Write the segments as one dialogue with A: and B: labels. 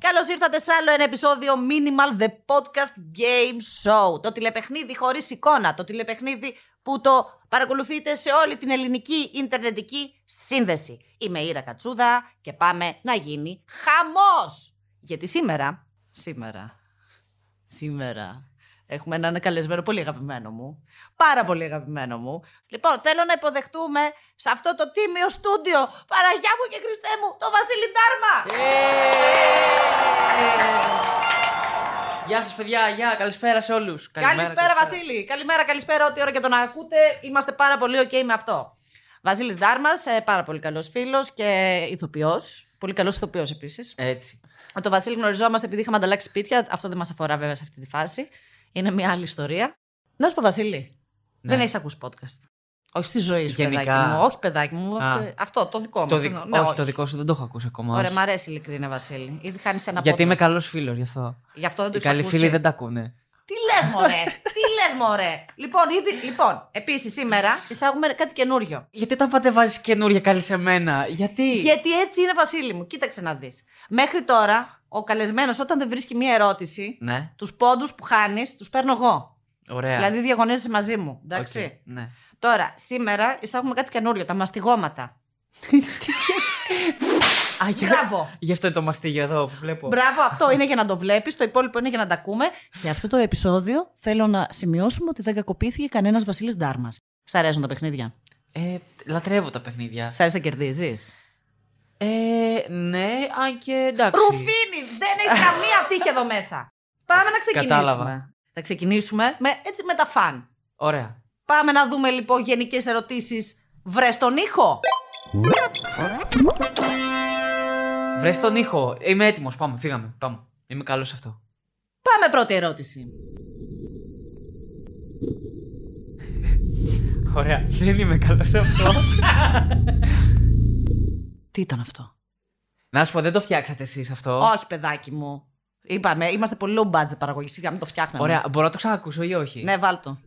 A: καλώς ήρθατε σε άλλο ένα επεισόδιο Minimal The Podcast Game Show. Το τηλεπαιχνίδι χωρίς εικόνα. Το τηλεπαιχνίδι που το παρακολουθείτε σε όλη την ελληνική ιντερνετική σύνδεση. Είμαι η Ήρα Κατσούδα και πάμε να γίνει χαμός! Γιατί σήμερα, σήμερα, σήμερα έχουμε έναν καλεσμένο πολύ αγαπημένο μου, πάρα πολύ αγαπημένο μου. Λοιπόν, θέλω να υποδεχτούμε σε αυτό το τίμιο στούντιο, Παραγιά μου και Χριστέ μου, το Βασίλη Ντάρμα!
B: Γεια σας, παιδιά. Γεια, καλησπέρα σε όλους.
A: Καλησπέρα, Βασίλη. Καλημέρα, καλησπέρα. Ό,τι ώρα και τον ακούτε, είμαστε πάρα πολύ OK με αυτό. Βασίλης Ντάρμας, πάρα πολύ καλός φίλος και ηθοποιός. Πολύ καλός ηθοποιός επίσης.
B: Έτσι.
A: Το Βασίλη γνωριζόμαστε επειδή είχαμε ανταλλάξει σπίτια. Αυτό δεν μας αφορά βέβαια σε αυτή τη φάση. Είναι μια άλλη ιστορία. Να σου πω, Βασίλη,
B: Ναι.
A: δεν έχεις ακούσει podcast. Όχι στη ζωή σου,
B: Γενικά.
A: παιδάκι μου. Όχι, παιδάκι μου.
B: Α.
A: αυτό- Αυτό, το δικό μα.
B: Το δικ- όχι, το δικό σου δεν το έχω ακούσει ακόμα.
A: ναι, Ωραία,
B: όχι.
A: μ' αρέσει ειλικρινά, Βασίλη. Ήδη χάνεις ένα
B: Γιατί
A: πόντο.
B: είμαι καλός φίλος, γι' αυτό.
A: Γι' αυτό δεν το
B: Οι
A: έχεις
B: καλοί
A: ακούσει.
B: φίλοι δεν τα ακούνε.
A: Τι λες, μωρέ! Τι λες, μωρέ! Λοιπόν, ήδη, λοιπόν επίσης σήμερα εισάγουμε κάτι καινούριο.
B: Γιατί όταν πάτε βάζεις καινούρια καλή σε μένα, γιατί.
A: Γιατί έτσι είναι, Βασίλη μου. Κοίταξε να δεις. Μέχρι τώρα, ο καλεσμένος, όταν δεν βρίσκει μία ερώτηση,
B: Ναι,
A: τους πόντους που χάνεις, τους παίρνω εγώ.
B: ωραία.
A: Δηλαδή, διαγωνίζεσαι μαζί μου. Εντάξει.
B: Ναι. Οκ, Ναι.
A: Τώρα, σήμερα εισάγουμε κάτι καινούριο, τα μαστιγώματα.
B: Α, γι'
A: Μπράβο!
B: γι' αυτό είναι το μαστίγιο εδώ που βλέπω.
A: Μπράβο, αυτό είναι για να το βλέπεις, το υπόλοιπο είναι για να τα ακούμε. Σε αυτό το επεισόδιο θέλω να σημειώσουμε ότι δεν κακοποιήθηκε κανένας Βασίλης Ντάρμας. Σ' αρέσουν τα παιχνίδια.
B: Ε, λατρεύω τα παιχνίδια.
A: Σ' αρέσει να κερδίζεις.
B: Ε, ναι, αν και εντάξει.
A: Ρουφίνη, δεν έχει καμία τύχη εδώ μέσα. Πάμε να ξεκινήσουμε.
B: Κατάλαβα.
A: Θα ξεκινήσουμε με, έτσι με τα φαν.
B: Ωραία.
A: Πάμε να δούμε λοιπόν γενικές ερωτήσεις. Βρες τον ήχο.
B: Βρες τον ήχο. Είμαι έτοιμος. Πάμε, φύγαμε. Πάμε. Είμαι καλός σε αυτό.
A: Πάμε πρώτη ερώτηση.
B: Ωραία. Δεν είμαι καλός σε αυτό.
A: Τι ήταν αυτό.
B: Να σου πω, δεν το φτιάξατε εσείς αυτό.
A: Όχι, παιδάκι μου. Είπαμε, είμαστε πολύ low budget παραγωγή. Σιγά μην το φτιάχναμε.
B: Ωραία, μπορώ να το ξανακούσω ή όχι.
A: Ναι, βάλτο.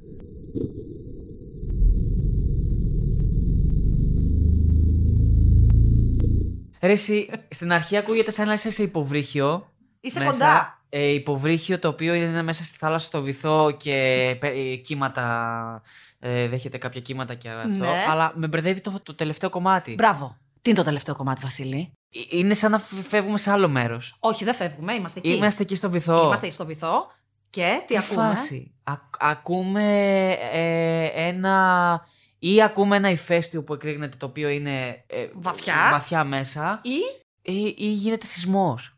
B: Ρε, εσύ, στην αρχή ακούγεται σαν να είσαι σε υποβρύχιο.
A: Είσαι
B: μέσα.
A: κοντά.
B: Ε, υποβρύχιο το οποίο είναι μέσα στη θάλασσα στο βυθό και πε- ε, κύματα. Ε, δέχεται κάποια κύματα και αυτό.
A: Ναι.
B: Αλλά με μπερδεύει το, το τελευταίο κομμάτι.
A: Μπράβο. Τι είναι το τελευταίο κομμάτι, Βασίλη.
B: Ε, Είναι σαν να φε- φεύγουμε σε άλλο μέρος.
A: Όχι, δεν φεύγουμε. Είμαστε εκεί.
B: Είμαστε εκεί στο βυθό.
A: Είμαστε στο βυθό. Και τι,
B: Τι
A: ακούμε.
B: φάση. Α, ακούμε ε, ένα. ή ακούμε ένα ηφαίστειο που εκρήγνεται το οποίο είναι. ε,
A: Βαθιά.
B: βαθιά μέσα.
A: Ή
B: Ή, Ε, ή γίνεται σεισμός.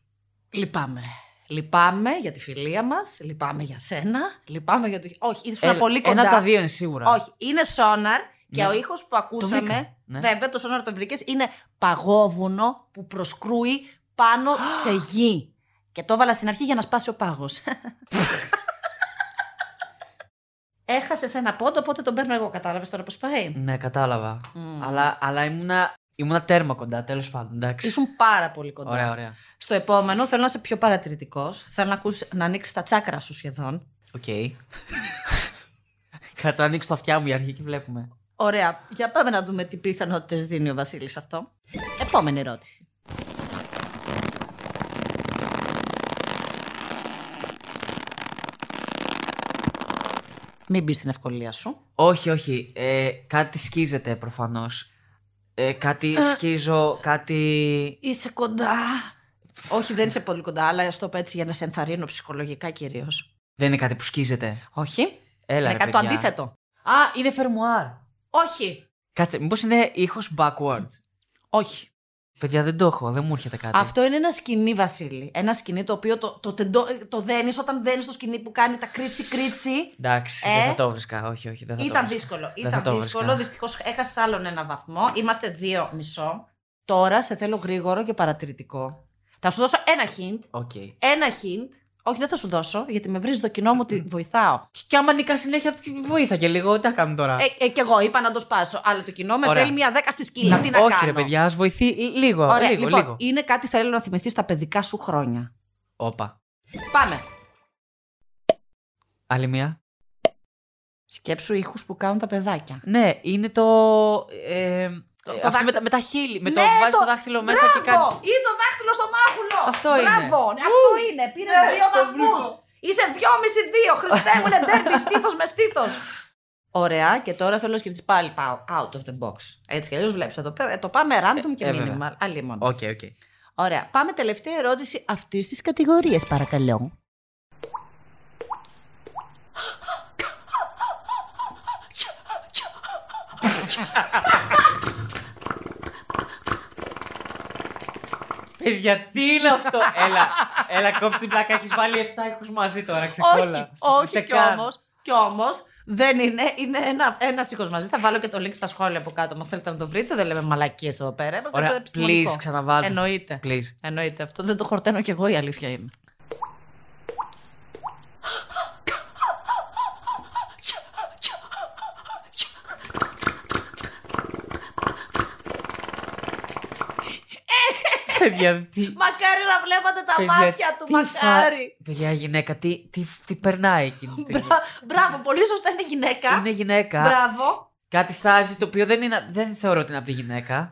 A: Λυπάμαι. Λυπάμαι για τη φιλία μας. Λυπάμαι για σένα. Λυπάμαι για το. Όχι, ήσουν
B: Ε,
A: πολύ κοντά.
B: Ένα από τα δύο είναι σίγουρα.
A: Όχι, είναι σόναρ και
B: Ναι.
A: ο ήχος που ακούσαμε.
B: βρήκα, ναι.
A: Βέβαια, το σόναρ το βρήκες. Είναι παγόβουνο που προσκρούει πάνω σε γη. Και το έβαλα στην αρχή για να σπάσει ο πάγος. Έχασες ένα πόντο, οπότε τον παίρνω εγώ. Κατάλαβες τώρα πώς πάει.
B: Ναι, κατάλαβα.
A: Μμμ.
B: Αλλά, αλλά ήμουνα, ήμουνα τέρμα κοντά, τέλος πάντων. Εντάξει.
A: Ήσουν πάρα πολύ κοντά.
B: Ωραία, ωραία.
A: Στο επόμενο θέλω να είσαι πιο παρατηρητικός. Θέλω να, ακούσεις- να ανοίξεις τα τσάκρα σου σχεδόν.
B: Οκ. Κάτσε να ανοίξω τα αυτιά μου η αρχή και βλέπουμε.
A: Ωραία. Για πάμε να δούμε τι πιθανότητες δίνει ο Βασίλης αυτό. Επόμενη ερώτηση. Μην μπεις στην ευκολία σου.
B: Όχι, όχι. Ε, κάτι σκίζεται προφανώς. Ε, κάτι σκίζω, κάτι.
A: Είσαι κοντά. Όχι, δεν είσαι πολύ κοντά, αλλά στο πω έτσι για να σε ενθαρρύνω ψυχολογικά κυρίως.
B: Δεν είναι κάτι που σκίζεται.
A: Όχι.
B: Έλα,
A: είναι
B: ρε,
A: Ναι, κάτι το
B: παιδιά.
A: αντίθετο.
B: Α, είναι φερμουάρ.
A: Όχι.
B: Κάτσε, μήπως είναι ήχος backwards.
A: Όχι.
B: Παιδιά, δεν το έχω, δεν μου έρχεται κάτι.
A: Αυτό είναι ένα σκηνή, Βασίλη. Ένα σκηνή το οποίο το, το, τεντώ- το δένεις όταν δένεις το σκηνή που κάνει τα κρίτσι-κρίτσι.
B: Εντάξει,
A: Ε.
B: δεν θα το βρίσκα. Όχι, όχι, δεν θα το
A: Ήταν
B: βρίσκα.
A: δύσκολο.
B: Δεν θα
A: Ήταν
B: το
A: δύσκολο.
B: βρίσκα.
A: Δυστυχώς έχασε άλλον ένα βαθμό. Είμαστε δύο μισό. Τώρα σε θέλω γρήγορο και παρατηρητικό. Θα σου δώσω ένα hint.
B: Οκ.
A: Ένα hint. Όχι, δεν θα σου δώσω, γιατί με βρίζει το κοινό μου ότι βοηθάω.
B: Και άμα νικά συνέχεια, βοήθα και λίγο. Τι θα κάνουμε τώρα.
A: Ε, ε, κι εγώ είπα να το σπάσω, αλλά το κοινό με
B: Ωραία.
A: θέλει μια δέκα στη σκύλα. Τι να
B: Όχι,
A: κάνω.
B: ρε παιδιά, ας βοηθεί λι- λίγο.
A: Ωραία,
B: λίγο,
A: λοιπόν,
B: λίγο.
A: είναι κάτι θέλω να θυμηθείς τα παιδικά σου χρόνια.
B: Όπα.
A: Πάμε.
B: Άλλη μία.
A: Σκέψου ήχους που κάνουν τα παιδάκια.
B: Ναι, είναι το. Ε,
A: Το,
B: Ε,
A: το
B: αυτό με,
A: δάχτυ-
B: τα- με τα χείλη. Με το
A: Ναι,
B: βάζεις
A: το-
B: το δάχτυλο μέσα
A: Μπράβο!
B: και κάνει.
A: Ή το δάχτυλο στο μάχουλο.
B: Αυτό
A: Μπράβο.
B: είναι.
A: Ναι, Αυτό είναι. Πήρε
B: Ναι,
A: δύο
B: το
A: βαθμούς.
B: βρήκα.
A: Είσαι δυόμιση-δύο. Χριστέ μου, είναι ντέρμπι, στήθος με στήθος. Ωραία, και τώρα θέλω να σκεφτείς πάλι. Πάω out of the box. Έτσι κι αλλιώς βλέπεις εδώ πέρα. ε, Το πάμε random και
B: ε, βέβαια.
A: minimal. Αλλήμον.
B: Οκ, οκ.
A: Ωραία. Πάμε τελευταία ερώτηση αυτής της κατηγορίας, παρακαλώ.
B: Παιδιά, τι είναι αυτό. έλα, έλα, κόψει την πλάκα. Έχεις βάλει 7 ήχου μαζί τώρα, ξεκόλα.
A: Όχι,
B: Ούτε
A: όχι, κι
B: καν.
A: όμως. Κι όμως δεν είναι, είναι ένα, ένας ήχος μαζί. Θα βάλω και το link στα σχόλια από κάτω. Μα θέλετε να το βρείτε, δεν λέμε μαλακίες εδώ πέρα. Είμαστε
B: Ωραία,
A: επιστημονικό.
B: please, ξαναβάλτε.
A: Εννοείται.
B: Please.
A: Εννοείται. Αυτό δεν το χορταίνω κι εγώ, η αλήθεια είναι.
B: Παιδιά, τι.
A: Μακάρι να βλέπατε τα
B: παιδιά,
A: μάτια του,
B: τι φα-
A: μακάρι.
B: Παιδιά, η γυναίκα, τι, τι, τι περνάει εκείνη τη στιγμή.
A: Μπρα- Μπράβο, πολύ σωστά είναι γυναίκα.
B: Είναι γυναίκα.
A: Μπράβο.
B: Κάτι στάζει το οποίο δεν, είναι, δεν θεωρώ ότι είναι από τη γυναίκα.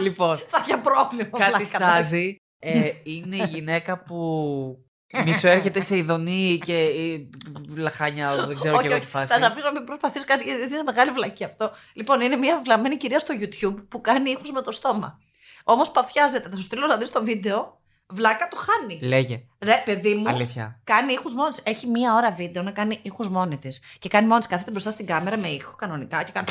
B: λοιπόν,
A: Θα για πρόβλημα.
B: κάτι
A: βλάκα.
B: στάζει. Ε, είναι η γυναίκα που μισοέρχεται σε ειδονή και ή, λαχάνια, δεν ξέρω
A: Όχι,
B: και εγώ
A: όχι.
B: τι φάση.
A: Θα σα πει να μην προσπαθείς κάτι, γιατί είναι μεγάλη βλακή αυτό. Λοιπόν, είναι μια βλαμμένη κυρία στο YouTube που κάνει ήχους με το στόμα. Όμως παθιάζεται. Θα σου στείλω να δεις το βίντεο. Βλάκα το χάνει.
B: Λέγε,
A: Ρε, παιδί μου,
B: αλήθεια.
A: κάνει ήχους μόνης της. Έχει μία ώρα βίντεο να κάνει ήχους μόνη της. Και κάνει μόνης τη. Κάθεται μπροστά στην κάμερα με ήχο κανονικά και κάνει.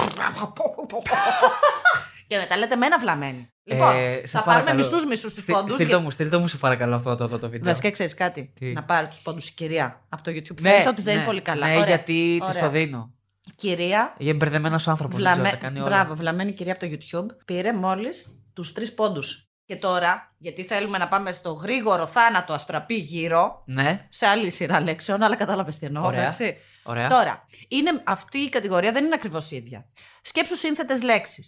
A: και μετά λέτε μένα βλαμμένη. Λοιπόν,
B: Ε, σε
A: θα πάρουμε
B: παρακαλώ.
A: μισούς μισούς τους
B: Στι-
A: πόντους.
B: στείλ το μου, στείλ το μου σε παρακαλώ αυτό το, το, το βίντεο.
A: Βασικά ξέρεις κάτι.
B: Τι?
A: Να πάρει τους πόντους η κυρία από το YouTube. Φαίνεται ότι δεν είναι πολύ καλά.
B: Ναι,
A: Ωραία.
B: γιατί της
A: Ωραία.
B: το δίνω.
A: Κυρία
B: Είναι μπερδεμένο άνθρωπος. Δεν ξέρω, τα κάνει όλα.
A: Μπράβο, βλαμμένη κυρία από το YouTube πήρε μόλις τους τρεις πόντους. Και τώρα, γιατί θέλουμε να πάμε στο γρήγορο θάνατο αστραπή γύρω,
B: Ναι,
A: σε άλλη σειρά λέξεων, αλλά κατάλαβες τι εννοώ.
B: Ωραία.
A: εντάξει.
B: ωραία.
A: Τώρα, είναι, αυτή η κατηγορία δεν είναι ακριβώς ίδια. Σκέψου σύνθετες λέξεις.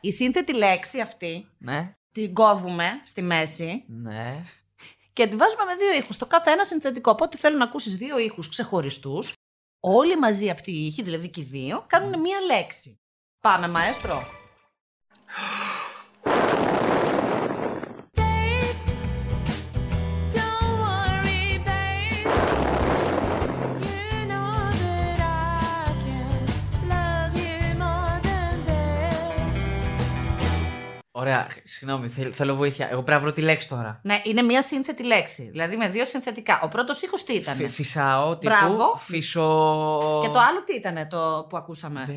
A: Η σύνθετη λέξη αυτή
B: Ναι,
A: την κόβουμε στη μέση
B: ναι.
A: και τη βάζουμε με δύο ήχους. Το κάθε ένα συνθετικό. Οπότε θέλω να ακούσεις δύο ήχους ξεχωριστούς. Όλοι μαζί αυτοί οι ήχοι, δηλαδή και οι δύο, κάνουν μία λέξη. Πάμε, μαέστρο.
B: Ωραία, συγγνώμη, θέλ- θέλω βοήθεια. Εγώ πρέπει να βρω τη λέξη τώρα.
A: Ναι, είναι μία σύνθετη λέξη. Δηλαδή με δύο συνθετικά. Ο πρώτος ήχος τι ήταν.
B: Φυ- Φυσάω, τύπου.
A: Μπράβο.
B: Φυσο.
A: Και το άλλο τι ήταν το που ακούσαμε.
B: Δε-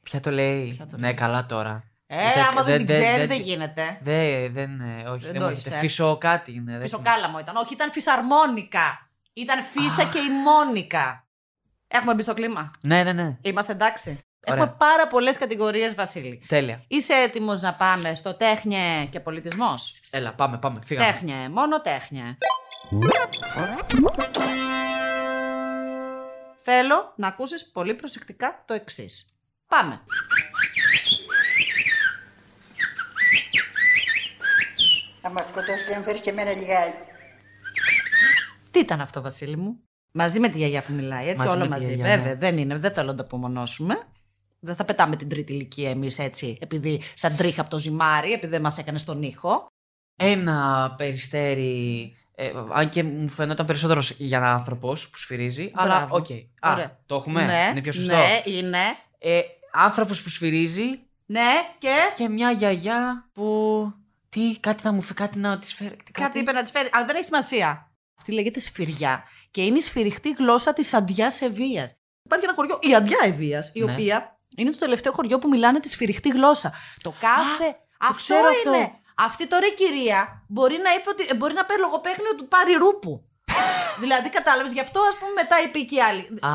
B: Ποια το λέει.
A: Ποια το
B: ναι,
A: λέει.
B: καλά τώρα.
A: Ε,
B: Δεν-
A: άμα δεν την
B: δεν- δεν-
A: ξέρει,
B: δεν-
A: δεν γίνεται.
B: Δε, δεν, ε, όχι,
A: Δεν
B: δεν,
A: το
B: μου
A: έχεις,
B: έρχεται.
A: ε.
B: Φυσο κάτι είναι. δεν θυμάμαι.
A: Φυσοκάλαμο ήταν. Όχι, ήταν φυσαρμόνικα. Ήταν φύσα
B: Αχ.
A: και η μόνικα. Έχουμε μπει στο κλίμα.
B: Ναι, ναι, ναι.
A: Είμαστε εντάξει.
B: Ωραία.
A: Έχουμε πάρα πολλές κατηγορίες, Βασίλη.
B: Τέλεια.
A: Είσαι έτοιμος να πάμε στο τέχνιε και πολιτισμός.
B: Έλα, πάμε, πάμε. Φύγαμε.
A: Τέχνιε, μόνο τέχνιε. Θέλω να ακούσεις πολύ προσεκτικά το εξής. Πάμε.
C: Θα μας σκοτώσει και να φέρεις και εμένα λιγάκι.
A: Τι ήταν αυτό, Βασίλη μου. Μαζί με τη γιαγιά που μιλάει, έτσι,
B: Μαζί με
A: όλο
B: τη
A: μαζί.
B: γιαγιά,
A: Βέβαια,
B: ναι.
A: δεν είναι, δεν θέλω να το απομονώσουμε. Δεν θα πετάμε την τρίτη ηλικία εμείς έτσι, επειδή σαν τρίχα από το ζυμάρι, επειδή δεν μας έκανες τον ήχο.
B: Ένα περιστέρι. ε, αν και μου φαινόταν περισσότερος για έναν άνθρωπος που σφυρίζει. Αλλά
A: Μπράβο.
B: οκ. Α,
A: Ωραία.
B: το έχουμε.
A: ναι,
B: είναι πιο σωστό.
A: Ναι, είναι.
B: Ε, άνθρωπος που σφυρίζει
A: Ναι, και.
B: και μια γιαγιά που. Τι, κάτι να μου φέρει, κάτι να της φέρει. Κάτι,
A: Κάτι είπε να της φέρει, αλλά δεν έχει σημασία. Αυτή λέγεται σφυριά και είναι η σφυριχτή γλώσσα της Αντιά Ευεία. Υπάρχει ένα χωριό, η Αντιά Ευεία, η
B: Ναι.
A: οποία είναι το τελευταίο χωριό που μιλάνε τη σφυριχτή γλώσσα. Το κάθε. αυτό
B: ξέρω αυτό.
A: είναι. Αυτή τώρα η κυρία μπορεί να, είπε ότι, ε, μπορεί να παίρνει λογοπαίγνιο του πάρει ρούπου. δηλαδή, κατάλαβες, γι' αυτό ας πούμε μετά είπε και η άλλη.
B: Α,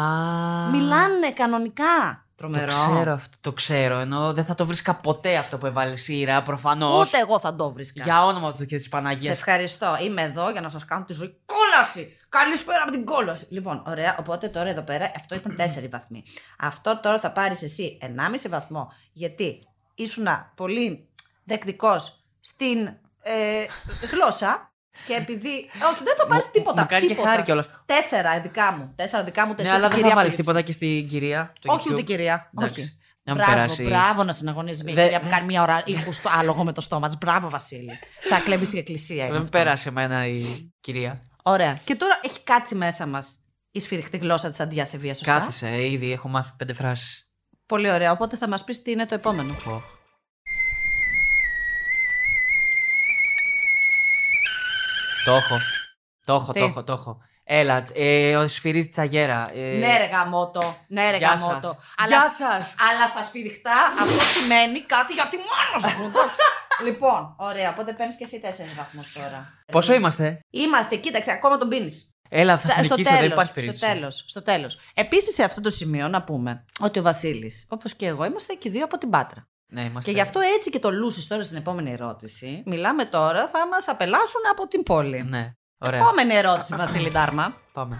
A: Μιλάνε κανονικά.
B: Το ξέρω, αυτό, το ξέρω. Ενώ δεν θα το βρίσκα ποτέ αυτό που έβαλε σειρά, προφανώς.
A: Ούτε εγώ θα το βρίσκα.
B: Για όνομα του και τη
A: Σε
B: Παναγία.
A: ευχαριστώ. Είμαι εδώ για να σας κάνω τη ζωή κόλαση. Καλησπέρα από την κόλαση. Λοιπόν, ωραία. Οπότε τώρα εδώ πέρα αυτό ήταν 4 βαθμοί. Αυτό τώρα θα πάρεις εσύ 1,5 βαθμό. Γιατί ήσουν πολύ δεκτικός στην ε, γλώσσα. Και επειδή. Όχι, δεν θα πάρεις
B: Μου-
A: τίποτα.
B: Μου κάνει και
A: τίποτα.
B: χάρη κιόλας.
A: Τέσσερα δικά μου. Τέσσερα δικά μου.
B: Ναι,
A: Τέσσερα
B: αλλά
A: την
B: δεν θα
A: κυρία
B: βάλει
A: από το
B: τίποτα και στην κυρία.
A: YouTube. Όχι, ούτε κυρία.
B: Εντάξει.
A: Όχι.
B: Να μην
A: μπράβο,
B: περάσει.
A: μπράβο να συναγωνίζεις μια
B: Δε-
A: κυρία που κάνει μια ώρα ήχους στο άλογο με το στόμα της. Μπράβο, Βασίλη. Σαν κλέβεις η εκκλησία. είναι
B: Δεν
A: αυτό.
B: Ε, πέρασε εμένα η κυρία.
A: Ωραία. Και τώρα έχει κάτσει μέσα μας η σφυριχτή γλώσσα της Αντιά Σεβία, σωστά.
B: Κάθισε, ήδη έχω μάθει πέντε φράσεις.
A: Πολύ ωραία. Οπότε θα μας πεις τι είναι το επόμενο.
B: Το έχω. Το έχω,
A: Τι?
B: το έχω, το έχω. Έλα, τσ- ε, ο σφυρί τσαγέρα. Ε,
A: Ναι, ρε γαμότο. Ναι, ρε
B: γεια
A: γαμότο.
B: σας.
A: Αλλά,
B: Γεια σας.
A: αλλά στα σφυριχτά αυτό σημαίνει κάτι γιατί μόνο σου. εντάξει. λοιπόν, ωραία. Οπότε παίρνεις και εσύ τέσσερις βαθμούς τώρα.
B: Πόσο είμαστε?
A: Είμαστε, κοίταξε, ακόμα τον πίνεις.
B: Έλα, θα σε
A: στο
B: νικήσω, δεν
A: τέλος,
B: υπάρχει περίπτωση.
A: στο τέλος, στο τέλος. Επίσης σε αυτό το σημείο να πούμε ότι ο Βασίλης, όπως και εγώ, είμαστε και οι δύο από την Πάτρα.
B: Ναι, είμαστε.
A: Και γι' αυτό έτσι και το λούσεις τώρα στην επόμενη ερώτηση. Μιλάμε τώρα, θα μας απελάσουν από την πόλη.
B: Ναι, ωραία.
A: Επόμενη ερώτηση, Βασίλη Ντάρμα.
B: Πάμε.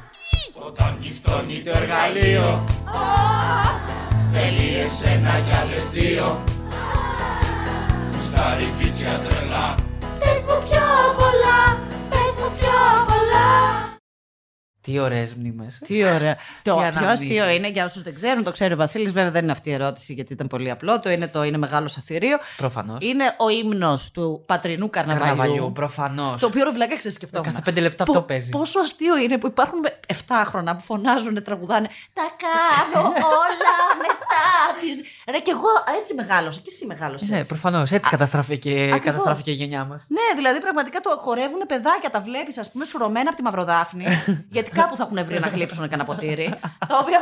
B: Τι ε. ωραίες μνήμες.
A: Τι ωραία. το
B: Τι
A: πιο αστείο
B: αναμνήσεις.
A: είναι για όσους δεν ξέρουν, το ξέρει ο Βασίλης, βέβαια δεν είναι αυτή η ερώτηση γιατί ήταν πολύ απλό. Το είναι το είναι μεγάλος αθυρίο.
B: Προφανώς.
A: Είναι ο ύμνος του πατρινού καρναβαλιού.
B: Καρναβαλιού, προφανώς.
A: Το οποίο ρευλάκα ξεσκεφτόμουν.
B: Κάθε πέντε λεπτά
A: Πο-
B: αυτό παίζει.
A: Πόσο αστείο είναι που υπάρχουν 7 χρόνια που φωνάζουν, τραγουδάνε. Τα κάνω όλα μετά τη. Ρε, και εγώ έτσι μεγάλωσα. Και εσύ μεγάλωσες.
B: Ναι, προφανώς. Έτσι καταστράφηκε,
A: ακριβώς.
B: καταστράφηκε η γενιά μας.
A: Ναι, δηλαδή πραγματικά το χορεύουν παιδάκια, τα βλέπεις, ας πούμε, σουρωμένα από τη μαυροδάφνη. γιατί κάπου θα έχουν βρει να κλείψουν κανένα ποτήρι. το οποίο.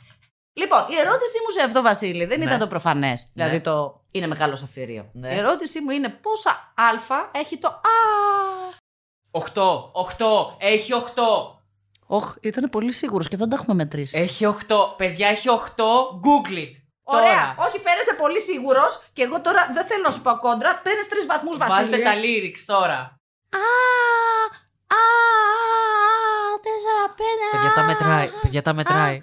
A: λοιπόν, η ερώτησή μου σε αυτό, Βασίλη, δεν
B: Ναι.
A: ήταν το προφανές. Δηλαδή
B: Ναι.
A: το είναι μεγάλο αθήριο.
B: Ναι.
A: Η ερώτησή μου είναι πόσα α έχει το α.
B: 8, 8, έχει 8.
A: Οχ, ήταν πολύ σίγουρος και δεν τα έχουμε μετρήσει.
B: Έχει 8. Παιδιά, έχει 8. Google it.
A: Ωραία.
B: Τώρα.
A: Όχι, φέρεσαι πολύ σίγουρος και εγώ τώρα δεν θέλω να σου πω κόντρα. Παίρνει τρεις βαθμούς, Βασίλη.
B: Βάλτε τα lyrics τώρα.
A: Α, τέσσερα, πέντε.
B: Παιδιά, τα μετράει. Παιδιά, τα μετράει.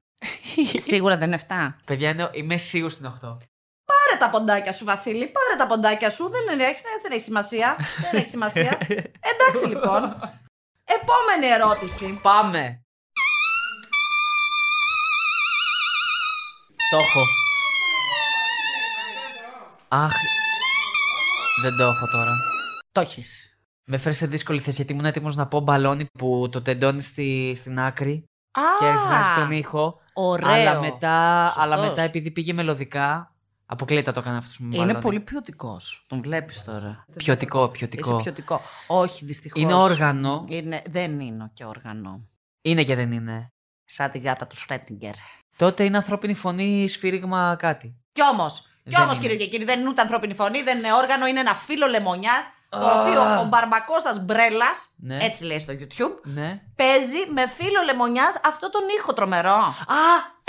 A: Σίγουρα δεν είναι 7. Πάρε
B: Παιδιά, είναι- είμαι σίγουρος στην 8.
A: τα ποντάκια σου, Βασίλη. Πάρε τα ποντάκια σου. Δεν είναι- έχει, δεν έχει σημασία. δεν έχει σημασία. Εντάξει, λοιπόν. Επόμενη ερώτηση.
B: Πάμε. Το έχω. Αχ. Δεν το έχω τώρα.
A: Το έχεις.
B: Με φέρει σε δύσκολη θέση γιατί ήμουν έτοιμος να πω μπαλόνι που το τεντώνεις στη, στην άκρη και βγάζει τον ήχο.
A: Ωραίο.
B: Αλλά μετά,
A: Σωστός.
B: αλλά μετά επειδή πήγε μελωδικά. Αποκλείται το έκανε αυτό που μου
A: Είναι πολύ ποιοτικός. Τον βλέπεις τώρα.
B: ποιοτικό.
A: Είσαι
B: ποιοτικό.
A: ποιοτικό. Όχι, δυστυχώς.
B: Είναι όργανο.
A: Είναι, δεν είναι και όργανο.
B: Είναι και δεν είναι.
A: Σαν την γάτα του Σρέτιγκερ.
B: Τότε είναι ανθρώπινη φωνή, σφύριγμα κάτι.
A: Κι όμως, κι
B: Δεν
A: όμως
B: είναι.
A: κύριε και κύριοι, δεν είναι ούτε ανθρώπινη φωνή, δεν είναι όργανο, είναι ένα φύλλο λεμονιάς. Το
B: Α.
A: οποίο ο Μπαρμπακώστας Μπρέλας,
B: Ναι.
A: έτσι λέει στο YouTube,
B: Ναι.
A: παίζει με φύλλο λεμονιάς αυτό τον ήχο τρομερό.
B: Α!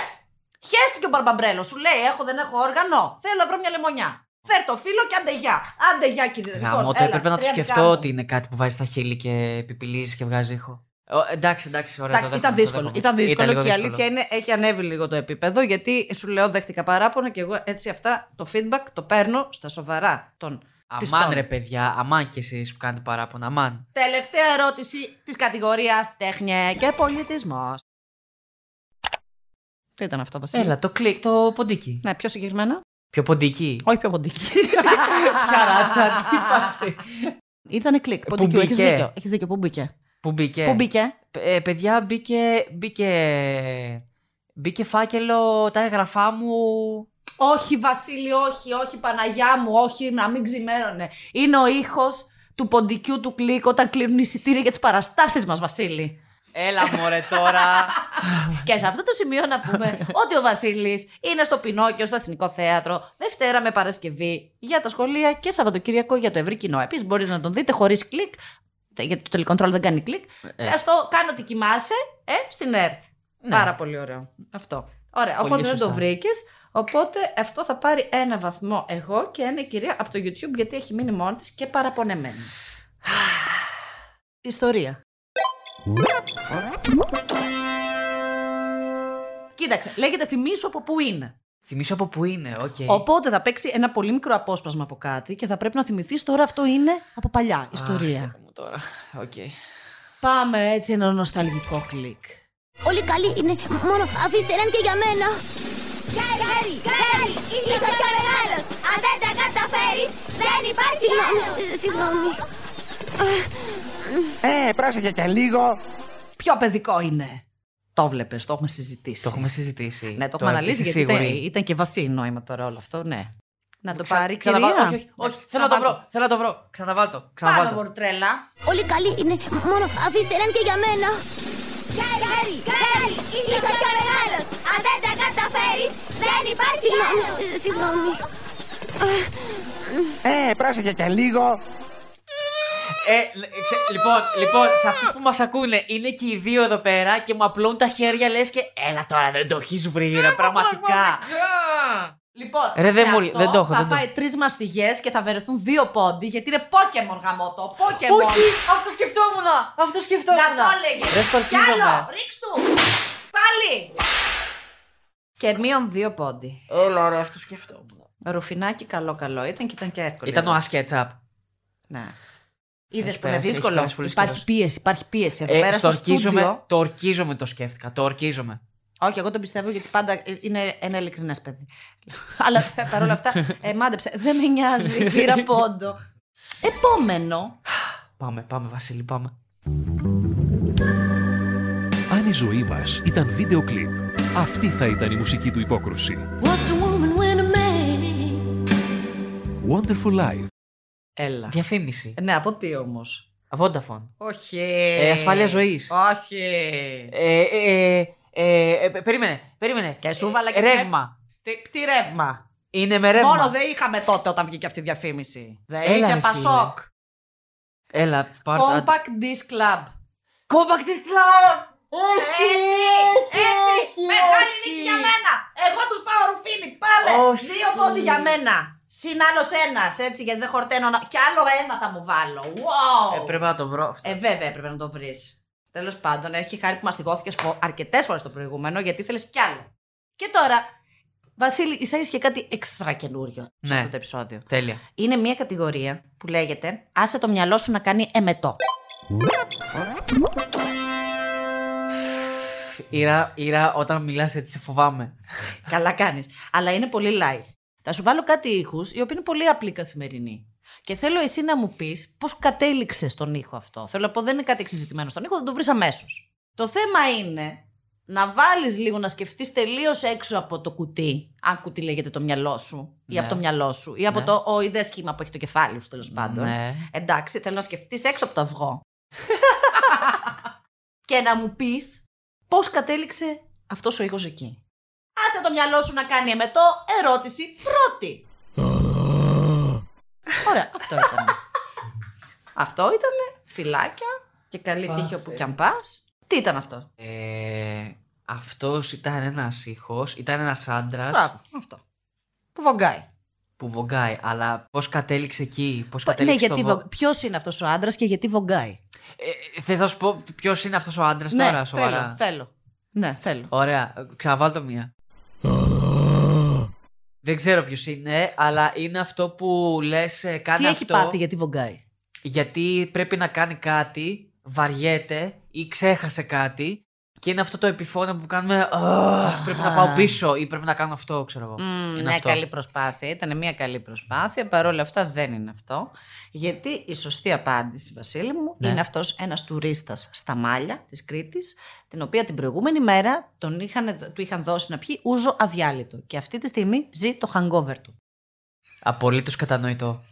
A: Χαίστηκε ο Μπαρμπαμπρέλος, σου λέει: Έχω, δεν έχω όργανο. Θέλω να βρω μια λεμονιά. Φέρ το φύλλο και άντε γεια. Άντε γεια, κύριε Λοιπόν,
B: Γαμώ, το
A: έλα,
B: έπρεπε να το
A: τρία δικά
B: σκεφτώ
A: μου.
B: ότι είναι κάτι που βάζει στα χείλη και επιπηλίζεις και βγάζει ήχο. Ω, εντάξει, εντάξει, ωραία.
A: Εντάξει,
B: το
A: ήταν
B: δέχομαι, το
A: δύσκολο.
B: δέχομαι.
A: Ήταν δύσκολο
B: λίγο
A: και η αλήθεια είναι έχει ανέβει λίγο το επίπεδο γιατί σου λέω δέχτηκα παράπονα και εγώ έτσι αυτά το feedback το παίρνω στα σοβαρά των πιστών.
B: Αμάν ρε παιδιά, αμάν κι εσείς που κάνετε παράπονα, αμάν.
A: Τελευταία ερώτηση της κατηγορίας τέχνη και πολιτισμός. Τι ήταν αυτό, Βασίλη.
B: Έλα, το κλικ, το ποντίκι.
A: Ναι, πιο συγκεκριμένα.
B: Πιο ποντίκι.
A: Όχι πιο ποντική.
B: Ποια ράτσα, τι φάση.
A: Ήτανε κλικ.
B: Πού
A: Ποντικιού, έχεις
B: μπήκε?
A: δίκιο. Έχεις δίκιο, πού μπήκε.
B: Πού μπήκε.
A: Πού μπήκε.
B: Ε, παιδιά, μπήκε, μπήκε, μπήκε φάκελο τα έγγραφά μου.
A: Όχι, Βασίλη, όχι, όχι, Παναγιά μου, όχι, να μην ξημέρωνε. Είναι ο ήχος του ποντικιού του κλικ όταν κλείνουν οι εισιτήρια για τις παραστάσεις μας, Βασίλη.
B: Έλα μωρέ τώρα.
A: Και σε αυτό το σημείο να πούμε ότι ο Βασίλης είναι στο Πινόκιο, στο Εθνικό Θέατρο, Δευτέρα με Παρασκευή για τα σχολεία και Σαββατοκύριακο για το ευρύ κοινό. Επίσης, μπορείτε να τον δείτε χωρίς κλικ, τε- γιατί το τηλεκοντρόλ δεν κάνει κλικ.
B: Ε.
A: Ε. Στο κάνω ότι κοιμάσαι ε, στην ΕΡΤ.
B: Ναι.
A: Πάρα πολύ ωραίο. Αυτό. Ωραία,
B: Πολύ
A: οπότε δεν το
B: σωστά.
A: βρήκες. Οπότε αυτό θα πάρει ένα βαθμό εγώ και ένα η κυρία από το YouTube γιατί έχει μείνει μόνη της και παραπονεμένη. Ιστορία. Κοίταξε, λέγεται θυμίσου από πού είναι.
B: Θυμίσω από πού είναι, οκ.
A: Οπότε θα παίξει ένα πολύ μικρό απόσπασμα από κάτι και θα πρέπει να θυμηθείς τώρα αυτό είναι από παλιά ιστορία.
B: Αχ, Θεέ μου τώρα. Οκ.
A: Πάμε έτσι ένα νοσταλγικό κλικ.
D: Όλοι καλοί είναι. Μόνο αφήστε έναν και για μένα. Γκάρι, Γκάρι, Είσαι πιο μεγάλος. Αν δεν τα καταφέρεις, δεν υπάρχει άλλος.
E: Συγγνώμη.
F: Ε, πρόσεχε και λίγο.
A: Ποιο παιδικό είναι. Το βλέπεις, το έχουμε συζητήσει.
B: Το έχουμε συζητήσει.
A: Ναι, το έχουμε
B: Τώρα,
A: αναλύσει
B: είστε
A: γιατί
B: σίγουροι?
A: ήταν, ήταν και βαθύ νόημα τώρα όλο αυτό, ναι. Να το
B: Ξα-
A: πάρει,
B: ξαναβα-
A: κυρία.
B: Όχι, όχι, όχι.
A: Εντάξει,
B: Θέλω να το
A: ξαναβάλ'
B: βρω. Θέλω να το βρω. Ξαναβάλ το. Ξαναβάλ
A: Πάμε,
B: το.
A: Μορτρέλα.
E: Όλοι καλοί είναι. Μόνο αφήστε έναν και για μένα.
D: Γκάρι, Γκάρι, είσαι πιο μεγάλος. Αν δεν τα καταφέρεις, δεν υπάρχει
E: Συγγνώμη.
D: άλλος.
E: ε, Συγγνώμη.
F: Ε, πρόσεχε και λίγο.
B: Ε, λ- ξε- λοιπόν, λοιπόν, σε αυτούς που μας ακούνε, είναι και οι δύο εδώ πέρα και μου απλώνουν τα χέρια λες και. Έλα τώρα, δεν το έχεις βρει, ρε, Ε, πραγματικά.
A: Λοιπόν,
B: Ρε, δεν
A: σε
B: μου-
A: αυτό
B: δεν το έχω,
A: θα
B: δεν το
A: φάει τρεις μαστιγές και θα βερεθούν δύο πόντι γιατί είναι Pokémon γαμότο. Pokémon.
B: Όχι, αυτό σκεφτόμουν! Αυτό σκεφτόμουν!
A: Να το έλεγες.
B: Δεν
A: Κι άλλο,
B: στορκίζομαι.
A: ρίξ του. Πάλι. Και μείον δύο πόντι.
B: Έλα, ρε, αυτό σκεφτόμουν.
A: Ρουφινάκι καλό καλό ήταν και ήταν και εύκολο.
B: Ήταν ο Ασκέτσαπ.
A: Ναι. Είδες που είναι
B: πέρασει, έχει
A: δύσκολο.
B: πέρασει πολύ
A: Υπάρχει
B: σκέτος.
A: πίεση, υπάρχει πίεση. Εδώ
B: Ε,
A: πέρα στο
B: στορκίζομαι,
A: στούντιο.
B: το ορκίζομαι το σκέφτηκα. Το ορκίζομαι.
A: Όχι, εγώ τον πιστεύω γιατί πάντα είναι ένα ειλικρινές παιδί. Αλλά ε, παρόλα αυτά, ε, μάντεψε. Δεν με νοιάζει, πήρα πόντο. Επόμενο.
B: Πάμε, πάμε, Βασίλη, πάμε.
G: Αν η ζωή μας ήταν βίντεο κλιπ, αυτή θα ήταν η μουσική του υπόκρουση.
H: What's a woman when a man?
G: Wonderful Life.
A: Έλα.
B: Διαφήμιση.
A: Ναι, από τι όμως.
B: Vodafone.
A: Όχι.
B: Ε, ασφάλεια ζωής.
A: Όχι.
B: Ε, ε, ε, ε, ε, πε- περίμενε, περίμενε. Ε,
A: Και σου βάλα και-
B: Ρεύμα.
A: Τι, τι ρεύμα.
B: Είναι με ρεύμα.
A: Μόνο δεν είχαμε τότε όταν βγήκε αυτή η διαφήμιση. Δεν
B: Έλα,
A: είχε
B: ρε,
A: Πασόκ.
B: Έλα, πάρ' τα-
A: Compact Disc Club.
B: Compact Club!
A: Έτσι, έτσι, μεγάλη νίκη για μένα. Εγώ τους πάω ρουφίνι, πάμε.
B: Όχι.
A: Δύο πόντι για μένα. Συν άλλος ένας, έτσι, γιατί δεν χορταίνω. να- Κι άλλο ένα θα μου βάλω. Wow.
B: Ε, πρέπει να το βρω αυτό.
A: Ε, βέβαια έπρεπε να το βρεις. Τέλος πάντων, έχει χάρη που μαστιγώθηκες φο... αρκετές φορές το προηγούμενο, γιατί θέλεις κι άλλο. Και τώρα, Βασίλη, εισάγεις και κάτι εξτρά καινούριο σε
B: Ναι.
A: αυτό το επεισόδιο.
B: Τέλεια.
A: Είναι μια κατηγορία που λέγεται «Άσε το μυαλό σου να κάνει εμετό».
B: Ήρα, Ήρα, όταν μιλάς έτσι σε φοβάμαι.
A: Καλά κάνεις. Αλλά είναι πολύ live. Θα σου βάλω κάτι ήχους, οι οποίοι είναι πολύ απλοί καθημερινοί. Και θέλω εσύ να μου πεις πώς κατέληξες στον ήχο αυτό. Θέλω να πω, δεν είναι κάτι εξειδικευμένο στον ήχο, θα το βρεις αμέσως. Το θέμα είναι να βάλεις λίγο να σκεφτείς τελείως έξω από το κουτί, αν κουτί λέγεται το μυαλό σου, ή
B: Ναι.
A: από το μυαλό σου, ή από
B: Ναι.
A: το ο ιδέ σχήμα που έχει το κεφάλι σου τέλος πάντων.
B: Ναι.
A: Εντάξει, θέλω να σκεφτείς έξω από το αυγό. και να μου πεις πώς κατέληξε αυτός ο ήχος εκεί. Άσε το μυαλό σου να κάνει εμετό. Ερώτηση πρώτη. Ωραία, αυτό ήταν. αυτό ήταν. Φυλάκια και καλή τύχη όπου κι αν πας. Τι ήταν αυτός.
B: Ε, αυτός ήταν ένας ήχος, ήταν ένας άντρας
A: Μπράβο, αυτό. Που βογκάει.
B: που βογκάει, αλλά πώς κατέληξε εκεί, πώς
A: Ναι,
B: κατέληξε
A: γιατί
B: στο
A: βο... ποιος είναι αυτός ο άντρας και γιατί βογκάει.
B: Ε, θες να σου πω ποιος είναι αυτός ο άντρας
A: Ναι,
B: τώρα, σοβαρά.
A: θέλω, θέλω. Ναι, θέλω.
B: Ωραία, ξαναβάλω το μία. Δεν ξέρω ποιος είναι, αλλά είναι αυτό που λες, κάνει
A: Τι έχει
B: αυτό.
A: πάθει γιατί βογκάει.
B: Γιατί πρέπει να κάνει κάτι, βαριέται ή ξέχασε κάτι. Και είναι αυτό το επιφώνημα που κάνουμε. «Αχ, Πρέπει να πάω πίσω ή πρέπει να κάνω αυτό, ξέρω εγώ.
A: Μμμ,
B: Είναι
A: μια
B: αυτό.
A: καλή προσπάθεια. Ήταν μια καλή προσπάθεια. Παρ' όλα αυτά δεν είναι αυτό. Γιατί η σωστή απάντηση, Βασίλη μου,
B: Ναι.
A: είναι αυτός ένας τουρίστας στα μάλια της Κρήτης, την οποία την προηγούμενη μέρα τον είχαν, του είχαν δώσει να πιει ούζο αδιάλειτο. Και αυτή τη στιγμή ζει το hangover του.
B: Απολύτως κατανοητό.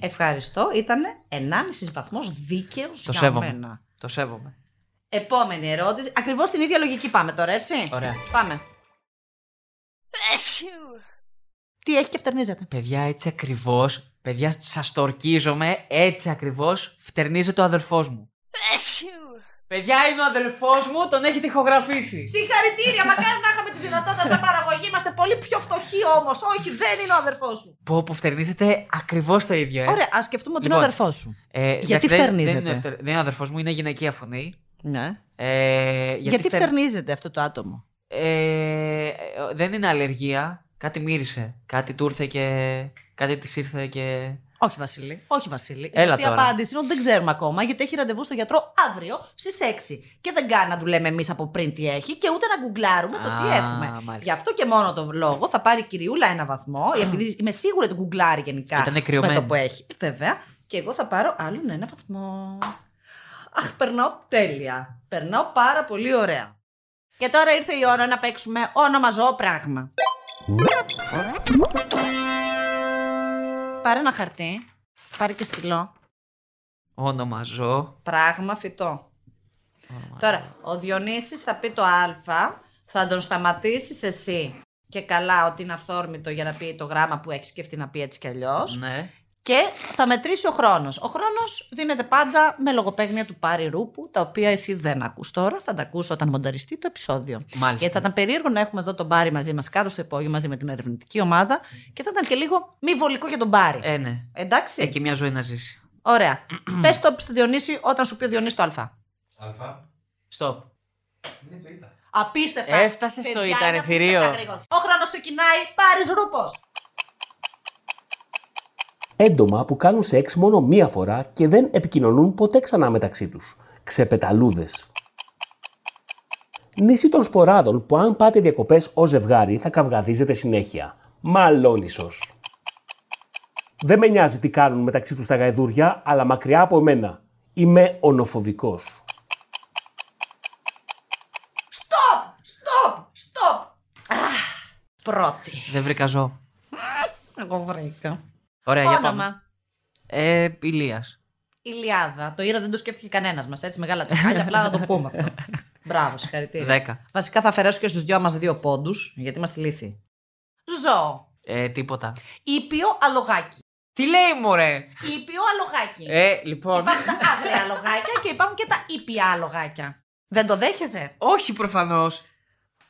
A: Ευχαριστώ. Ήταν 1,5 βαθμό δίκαιο
B: Το
A: για
B: σέβομαι.
A: μένα.
B: Το σέβομαι.
A: Επόμενη ερώτηση. Ακριβώς την ίδια λογική πάμε τώρα, έτσι.
B: Ωραία.
A: Πάμε. Τι έχει και φτερνίζεται.
B: Παιδιά, έτσι ακριβώς. Παιδιά, σας το ορκίζομαι. Έτσι ακριβώς φτερνίζεται ο αδερφός μου. Παιδιά, είναι ο αδερφό μου, τον έχετε ηχογραφήσει.
A: Συγχαρητήρια, μακάρι να είχαμε τη δυνατότητα σαν παραγωγή. Είμαστε πολύ πιο φτωχοί όμως. Όχι, δεν είναι ο αδερφός σου.
B: Πω, που φτερνίζεται ακριβώς το ίδιο, ε.
A: Ωραία, ας σκεφτούμε ότι είναι ο
B: Λοιπόν.
A: αδερφός σου.
B: Ε, εντάξει,
A: Γιατί
B: δεν-
A: φτερνίζεται?
B: Δεν, είναι φτερ- δεν είναι ο αδερφός μου, είναι γυναικεία φωνή.
A: Ναι.
B: Ε, γιατί
A: Γιατί,
B: φτερ-
A: φτερνίζεται αυτό το άτομο.
B: Ε, ε, δεν είναι αλλεργία. Κάτι μύρισε. Κάτι του ήρθε και. Κάτι της ήρθε και.
A: Όχι, Βασίλη. Όχι, Βασίλη. Η
B: Έλα
A: σωστή
B: τώρα.
A: απάντηση είναι ότι δεν ξέρουμε ακόμα, γιατί έχει ραντεβού στο γιατρό αύριο στις 6. Και δεν κάνει να του λέμε εμείς από πριν τι έχει και ούτε να γκουγκλάρουμε το τι
B: Α,
A: έχουμε.
B: μάλιστα.
A: Γι' αυτό και μόνο το λόγο θα πάρει η κυριούλα ένα βαθμό, επειδή είμαι σίγουρη ότι γκουγκλάρει γενικά
B: Ήτανε
A: με
B: κρυωμένη.
A: το που έχει. Βέβαια. Και εγώ θα πάρω άλλον ένα βαθμό. Αχ, περνάω τέλεια. Περνάω πάρα πολύ ωραία. Και τώρα ήρθε η ώρα να παίξουμε όνομα ζώο πράγμα. Πάρε ένα χαρτί. Πάρε και στυλό.
B: Όνομα ζω.
A: Πράγμα φυτό. Τώρα, ο Διονύσης θα πει το α, θα τον σταματήσεις εσύ. Και καλά ότι είναι αυθόρμητο για να πει το γράμμα που έχεις σκεφτεί να πει έτσι κι αλλιώς.
B: Ναι.
A: Και θα μετρήσει ο χρόνος. Ο χρόνος δίνεται πάντα με λογοπαίγνια του Πάρη Ρούπου, τα οποία εσύ δεν ακούς τώρα, θα τα ακούς όταν μονταριστεί το επεισόδιο.
B: Μάλιστα.
A: Γιατί θα ήταν περίεργο να έχουμε εδώ τον Πάρη μαζί μας κάτω στο υπόγειο μαζί με την ερευνητική ομάδα και θα ήταν και λίγο μη βολικό για τον Πάρη.
B: Ε, ναι.
A: Εντάξει.
B: Εκεί μια ζωή να ζήσει.
A: Ωραία. Πες το στο Διονύση όταν σου πει ο Διονύσης το α.
B: Stop.
A: Απίστευτα.
B: Έφτασες στο
A: Παιδιά,
B: ήταν,
A: είναι
B: θηρίο.
A: απίστευτα γρήγορα. Ο χρόνος ξεκινάει. Πάρει ρούπος.
I: Έντομα που κάνουν σεξ μόνο μία φορά και δεν επικοινωνούν ποτέ ξανά μεταξύ τους. Ξεπεταλούδες. Νησί των σποράδων που αν πάτε διακοπές ως ζευγάρι θα καυγαδίζετε συνέχεια. Μαλώνισος. Δεν με νοιάζει τι κάνουν μεταξύ τους τα γαϊδούρια, αλλά μακριά από εμένα. Είμαι ονοφοβικός.
A: Στοπ! Στοπ! Στοπ! Αχ, Πρώτη.
B: Δεν βρήκα ζω.
A: Εγώ βρήκα.
B: Ωραία, για πάμε.
A: Όνομα.
B: Ε, Ηλίας.
A: Ηλιάδα. Το ήρα δεν το σκέφτηκε κανένας μας. Έτσι μεγάλα τσακάλια. Απλά να το πούμε αυτό. Μπράβο, συγχαρητήρια.
B: Δέκα.
A: Βασικά θα αφαιρέσω και στους δυο μας δύο πόντους, γιατί είμαστε λύθοι. Ζώο.
B: Ε, τίποτα.
A: Ήπιο αλογάκι.
B: Τι λέει, μωρέ.
A: Ήπιο αλογάκι.
B: Ε, λοιπόν.
A: Υπάρχουν τα άγρια αλογάκια και υπάρχουν και τα ήπια αλογάκια. Δεν το δέχεσαι.
B: Όχι, προφανώς.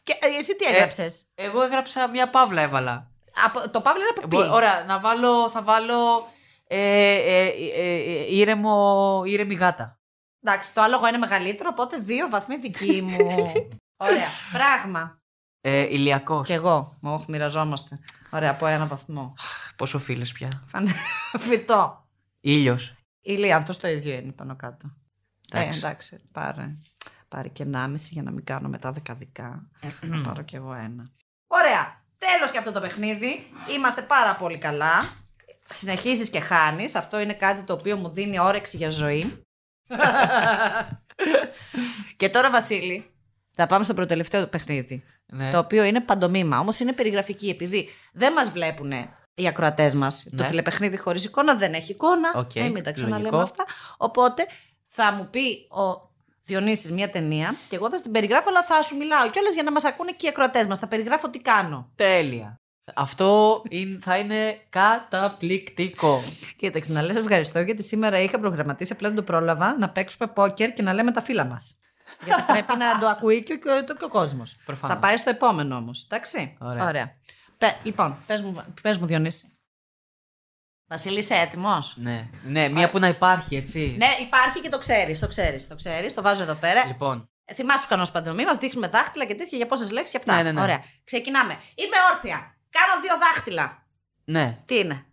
A: Και ε, εσύ τι έγραψες.
B: Εγώ έγραψα μια παύλα, έβαλα.
A: Από, το Παύλο είναι από
B: Μπο- ε, Ωραία, να βάλω, θα βάλω ε, ε, ε, ε, ήρεμο, ήρεμη γάτα.
A: Εντάξει, το άλογο είναι μεγαλύτερο, οπότε δύο βαθμοί δικοί μου. Ωραία. Πράγμα.
B: Ε, ηλιακός.
A: Κι εγώ. Όχι, μοιραζόμαστε. Ωραία, από ένα βαθμό.
B: Πόσο φίλες πια.
A: Φανε- Φυτό.
B: Ήλιος.
A: Ηλίανθος το ίδιο είναι πάνω κάτω.
B: Εντάξει.
A: Ε, εντάξει, πάρε. Πάρε και 1,5 για να μην κάνω μετά δεκαδικά. Να πάρω κι εγώ ένα. Ωραία. Τέλο και αυτό το παιχνίδι. Είμαστε πάρα πολύ καλά. Συνεχίζεις και χάνεις. Αυτό είναι κάτι το οποίο μου δίνει όρεξη για ζωή. και τώρα, Βασίλη, θα πάμε στο πρωτοτελευταίο παιχνίδι.
B: Ναι.
A: Το οποίο είναι παντομήμα. Όμως είναι περιγραφική, επειδή δεν μας βλέπουν οι ακροατές μας. Το
B: Ναι.
A: τηλεπαιχνίδι χωρίς εικόνα δεν έχει εικόνα.
B: Οκ,
A: Ε, μην τα ξαναλέμε
B: λογικό.
A: αυτά. Οπότε θα μου πει ο Διονύσης μια ταινία και εγώ θα την περιγράφω, αλλά θα σου μιλάω κιόλας για να μας ακούνε και οι ακροατές μας. Θα περιγράφω τι κάνω.
B: Τέλεια. Αυτό είναι- θα είναι καταπληκτικό.
A: Κοίταξε, να λες ευχαριστώ γιατί σήμερα είχα προγραμματίσει, απλά δεν το πρόλαβα, να παίξουμε πόκερ και να λέμε τα φύλλα μας. γιατί πρέπει να το ακούει και ο, και ο, κόσμο.
B: Προφανώς.
A: Θα πάει στο επόμενο όμως. Εντάξει.
B: Ωραία.
A: Πε- λοιπόν, πες μου, πες μου Διονύση. Βασίλη, είσαι έτοιμος.
B: Ναι, ναι μία που να υπάρχει, έτσι.
A: Ναι, υπάρχει και το ξέρεις, το ξέρεις, το ξέρεις. Το βάζω εδώ πέρα.
B: Λοιπόν,
A: Ε, Θυμάσαι τους κανόνες παντομή μας, δείχνουμε δάχτυλα και τέτοια για πόσες λέξεις και αυτά.
B: Ναι, ναι, ναι.
A: Ωραία. Ξεκινάμε. Είμαι όρθια. Κάνω δύο δάχτυλα.
B: ναι.
A: Τι είναι.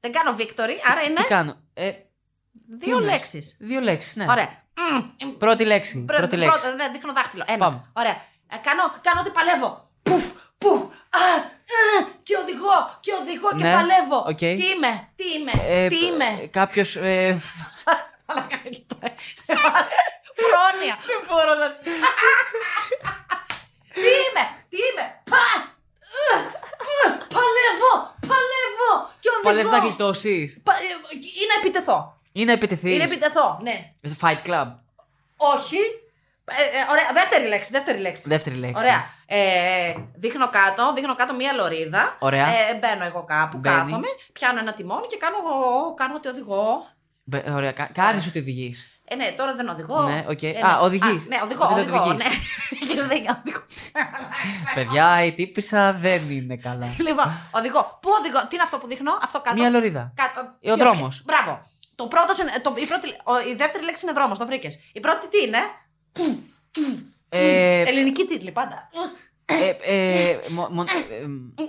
A: Δεν κάνω victory, άρα είναι
B: Τι κάνω. Ε,
A: Ναι. δύο
B: είναι?
A: λέξεις.
B: δύο λέξεις, ναι.
A: Ωραία. Μμμ. Πρώτη,
B: Πρώτη λέξη. Πρώτη, λέξη.
A: πρώτη, δεν δείχνω δάχτυλο. Ένα.
B: Πάμε.
A: Ωραία. Ε, κάνω, κάνω ότι παλεύω. Πουφ, πουφ. Α, ε, και οδηγώ, και οδηγώ και
B: Ναι.
A: παλεύω.
B: Οκ.
A: Τι είμαι, τι είμαι,
B: Ε,
A: τι είμαι.
B: Κάποιο.
A: Αλλά κάνει και το. Πρόνοια. Δεν μπορώ να. Τι είμαι, τι είμαι. Πα! Ε, ε, Παλεύω, παλεύω και οδηγώ.
B: Παλεύεις να γλιτώσεις.
A: Πα- ε, Ή να επιτεθώ.
B: Ή να επιτεθείς.
A: Ή να επιτεθώ, ναι.
B: Fight club.
A: Όχι. Ε, ε, ωραία, δεύτερη λέξη, δεύτερη λέξη.
B: Δεύτερη λέξη.
A: Ωραία. Ε, δείχνω κάτω, δείχνω κάτω μία λωρίδα.
B: Ωραία.
A: Ε, μπαίνω εγώ κάπου,
B: Μπαίνει.
A: κάθομαι, πιάνω ένα τιμόνι και κάνω, εγώ, κάνω ότι οδηγώ.
B: Μπε- ωραία. Κα- Κάνεις ότι οδηγείς.
A: Ε, ναι, τώρα δεν οδηγώ.
B: Ναι, οκ.
A: Ε,
B: Α, οδηγείς.
A: ναι, οδηγώ,
B: Δεν
A: οδηγώ.
B: οδηγείς.
A: Ναι. Είχες δίκιο, οδηγώ.
B: Παιδιά, η τύπησα δεν είναι καλά.
A: λοιπόν, οδηγώ. Πού οδηγώ, τι είναι αυτό που δείχνω, αυτό κάτω.
B: Μία λωρίδα. Ε,
A: Κάτω.
B: Ο δρόμος.
A: Μπράβο. Το πρώτο, συν- το, η, πρώτη, ο- η δεύτερη λέξη είναι δρόμος, το βρήκες. Η πρώτη τι είναι.
B: Ε,
A: Ελληνική τίτλη πάντα.
B: ε, ε, μο- μο- ε,
A: Και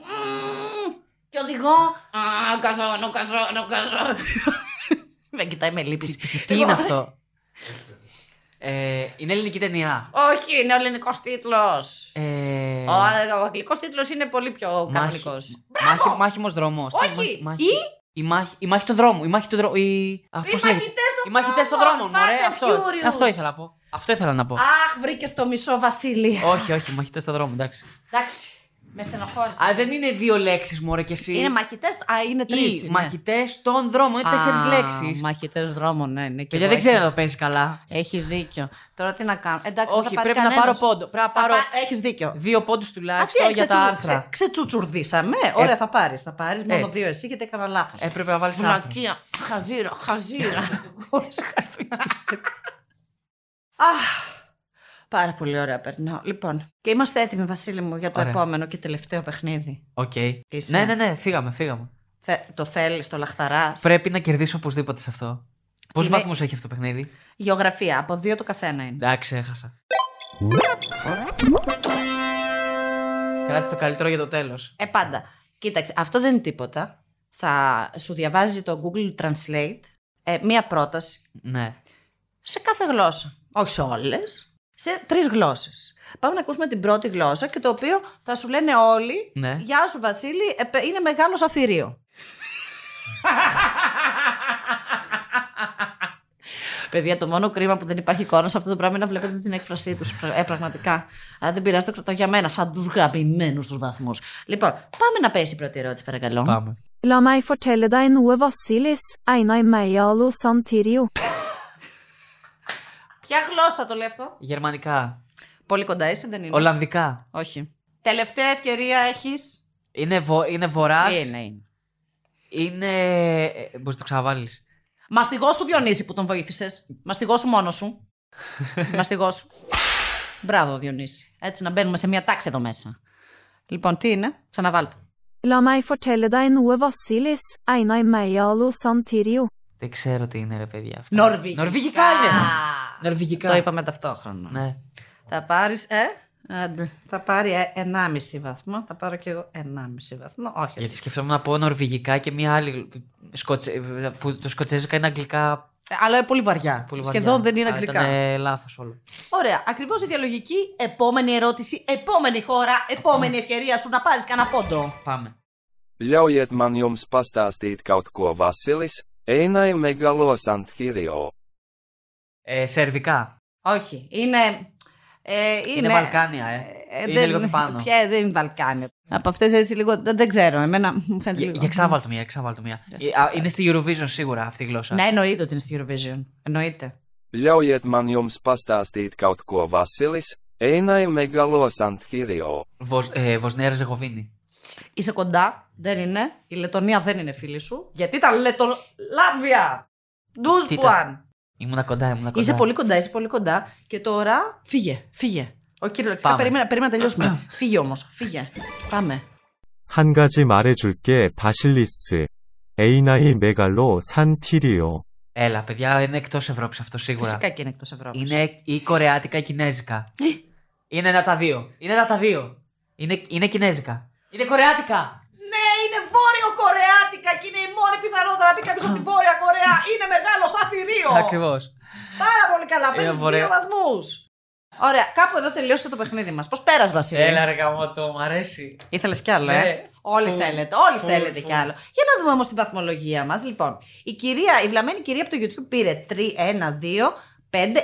A: Και οδηγώ. Α, καζώνω, καζώνω, καζώνω. Με κοιτάει με Λοιπόν, λύπηση.
B: Τι είναι αυτό. Ε, είναι ελληνική ταινία.
A: Όχι, είναι ο ελληνικός τίτλος.
B: Ε,
A: Ο, ο αγγλικός τίτλος είναι πολύ πιο
B: μάχη-
A: κανονικός.
B: Μάχη, μάχημος δρόμος. Τι,
A: Όχι!
B: μάχη-
A: Ή
B: Η μάχη, η μάχη του δρόμου. Η μάχη του δρόμου. Η... Α,
A: Οι
B: πώς
A: μαχητές
B: λέγεται?
A: των
B: Οι μαχητές των
A: δρόμων,
B: δρόμων.
A: Fast
B: Ωραία,
A: and
B: αυτό,
A: Furious.
B: αυτό ήθελα να πω. Αυτό ήθελα να πω.
A: Αχ, βρήκες το μισό Βασίλη.
B: όχι, όχι, μαχητές των δρόμων, εντάξει.
A: Εντάξει. Με στενοχώρησε.
B: Α, δεν είναι δύο λέξεις, μωρέ κι εσύ.
A: Είναι ναι. μαχητές. Α, είναι τρει.
B: Ή μαχητές των δρόμων. Είναι τέσσερις λέξεις.
A: Μαχητές δρόμων, ναι, ναι. και
B: Παιδιά,
A: εγώ
B: δεν ξέρω
A: έχει-
B: να το παίζει καλά.
A: Έχει δίκιο. Τώρα τι να κάνω. Εντάξει,
B: Όχι, πρέπει να πάρω πόντο. Πρέπει να πάρω
A: Έχεις δίκιο.
B: δύο πόντους
A: Α, τι
B: τουλάχιστον για τα
A: ξετσου- ξε-
B: άρθρα.
A: Ξετσουτσουρδίσαμε. Ωραία,
B: Ε,
A: θα πάρεις. Θα πάρεις μόνο
B: έτσι.
A: δύο εσύ γιατί έκανα λάθος.
B: Έπρεπε να βάλεις άρθρα.
A: Βλακία. Χαζίρα, χαζίρα. Χωρίς Αχ, Πάρα πολύ ωραία περνάω. Λοιπόν, και είμαστε έτοιμοι, Βασίλη μου, για το
B: Ωραία.
A: επόμενο και τελευταίο παιχνίδι.
B: Οκ.
A: Είσαι.
B: Ναι, ναι, ναι, φύγαμε, φύγαμε.
A: Θε- το θέλεις, το λαχταράς.
B: Πρέπει να κερδίσω οπωσδήποτε σε αυτό. Πόσους
A: Είναι-
B: βαθμούς έχει αυτό το παιχνίδι.
A: Γεωγραφία, από δύο το καθένα είναι.
B: Εντάξει, έχασα. Κράτησε το καλύτερο για το τέλος.
A: Ε, πάντα. Κοίταξε, αυτό δεν είναι τίποτα. Θα σου διαβάζει το Google Translate ε, μία πρόταση
B: Ναι.
A: σε κάθε γλώσσα. Όχι σε όλες. Σε τρεις γλώσσες. Πάμε να ακούσουμε την πρώτη γλώσσα και το οποίο θα σου λένε όλοι.
B: Ναι.
A: Γεια σου, Βασίλη, ε, παι- είναι μεγάλος αθυρίο. Παιδιά, το μόνο κρίμα που δεν υπάρχει εικόνας σε αυτό το πράγμα είναι να βλέπετε την έκφρασή τους. Ε, πραγματικά. Αλλά δεν πειράζει, το κρατάω για μένα, σαν του γαμημένου τους βαθμούς. Λοιπόν, πάμε να πέσει η πρώτη ερώτηση, παρακαλώ.
B: Πάμε.
J: La meg fortelle deg noe, Vasilis, Einar Meialo Santirio.
A: Ποια γλώσσα το λέει αυτό.
B: Γερμανικά.
A: Πολύ κοντά είσαι, δεν είναι.
B: Ολλανδικά.
A: Όχι. Τελευταία ευκαιρία έχεις.
B: Είναι, βο... είναι βορρά.
A: Είναι, είναι.
B: Είναι. Μπορείς να το ξαναβάλεις.
A: Μαστιγός σου Διονύση που τον βοήθησες. Μαστιγός σου μόνος σου. Μαστιγός σου. Μπράβο, Διονύση. Έτσι να μπαίνουμε σε μια τάξη εδώ μέσα. Λοιπόν, τι είναι, ξαναβάλτε.
J: La meg fortelle deg noe, Vasilis, Einar Meialo Santirio.
B: Δεν ξέρω τι είναι, ρε παιδιά. Αυτά.
A: Νορβηγικά.
B: Νορβηγικά είναι. Νορβηγικά.
A: Το είπαμε ταυτόχρονα.
B: Ναι.
A: Θα πάρεις. Ε, άντε, θα πάρει ε, 1,5 βαθμό. Θα πάρω κι εγώ 1,5 βαθμό. Όχι.
B: Γιατί σκεφτόμουν να πω νορβηγικά και μία άλλη. Σκοτσε... που το σκοτσέζικα είναι αγγλικά.
A: Ε, Αλλά είναι πολύ βαριά.
B: Πολύ βαριά.
A: Σχεδόν δεν είναι αγγλικά.
B: Ήταν λάθος όλο.
A: Ωραία. Ακριβώς η διαλογική. Επόμενη ερώτηση. Επόμενη χώρα. Επόμενη ευκαιρία σου να πάρεις κανένα πόντο.
B: Πάμε.
K: Ļaujiet man jums pastāstīt kaut ko Vasilis, Einai Megalosantirio.
B: Ε, σερβικά.
A: Όχι. Είναι. Ε, είναι,
B: Είναι Βαλκάνια, ε. Είναι
A: δεν-
B: λίγο πιο πάνω.
A: Πια δεν είναι Βαλκάνια. Από αυτές έτσι λίγο. Δεν, δεν ξέρω. Εμένα μου φαίνεται
B: Για,
A: λίγο.
B: για ξάβαλτο μία, για ξάβαλτο μία. Ε, α, Είναι στη Eurovision σίγουρα αυτή η γλώσσα.
A: Ναι, εννοείται ότι είναι στη Eurovision. Εννοείται.
K: Ļaujiet man jums pastāstīt kaut ko Vasilis, Einai Megalosantirio.
B: Βοσ, ε, Βοσνία Ριζεγοβίνη.
A: Είσαι κοντά. Δεν είναι. Η Λετωνία δεν είναι φίλη σου. Γιατί ήταν Λετολάβια.
B: Τι
A: Ντουσπουάν.
B: Ήμουνα κοντά, ήμουνα κοντά.
A: Είσαι πολύ κοντά, είσαι πολύ κοντά. Και τώρα φύγε, φύγε. Ο κυριολεκτικά
B: Πάμε.
A: περίμενα, περίμενα να τελειώσουμε. φύγε όμως, φύγε. Πάμε.
K: 한 가지 말해줄게, 바실리스. 에이나이 메갈로 산티리오.
B: Έλα, παιδιά, είναι εκτός Ευρώπης αυτό σίγουρα.
A: Φυσικά και Ε. είναι εκτός Ευρώπης.
B: Είναι ή κορεάτικα ή κινέζικα. είναι ένα από τα δύο. Είναι ένα από τα δύο. Είναι, είναι κινέζικα. Είναι κορεάτικα.
A: Ναι, είναι βόρειο Κορεάτικα και είναι η μόνη πιθανότητα να πει κάποιος από τη Βόρεια Κορέα. Είναι μεγάλος σαφυρίο.
B: Ακριβώς.
A: Πάρα πολύ καλά.
B: Είναι
A: Παίρνει
B: βορειο.
A: δύο βαθμούς. Ωραία, κάπου εδώ τελείωσε το παιχνίδι μας. Πώς πέρασε, Βασίλη.
B: Έλα, ρε γαμώτο, μου αρέσει.
A: Ήθελες κι άλλο, ε.
B: Ναι.
A: Όλοι
B: Φου,
A: θέλετε, όλοι
B: φου,
A: θέλετε
B: φου.
A: κι άλλο. Για να δούμε όμως τη βαθμολογία μας. Λοιπόν, η κυρία, η βλαμμένη κυρία από το YouTube πήρε 3, 1, 2, 5, 6,5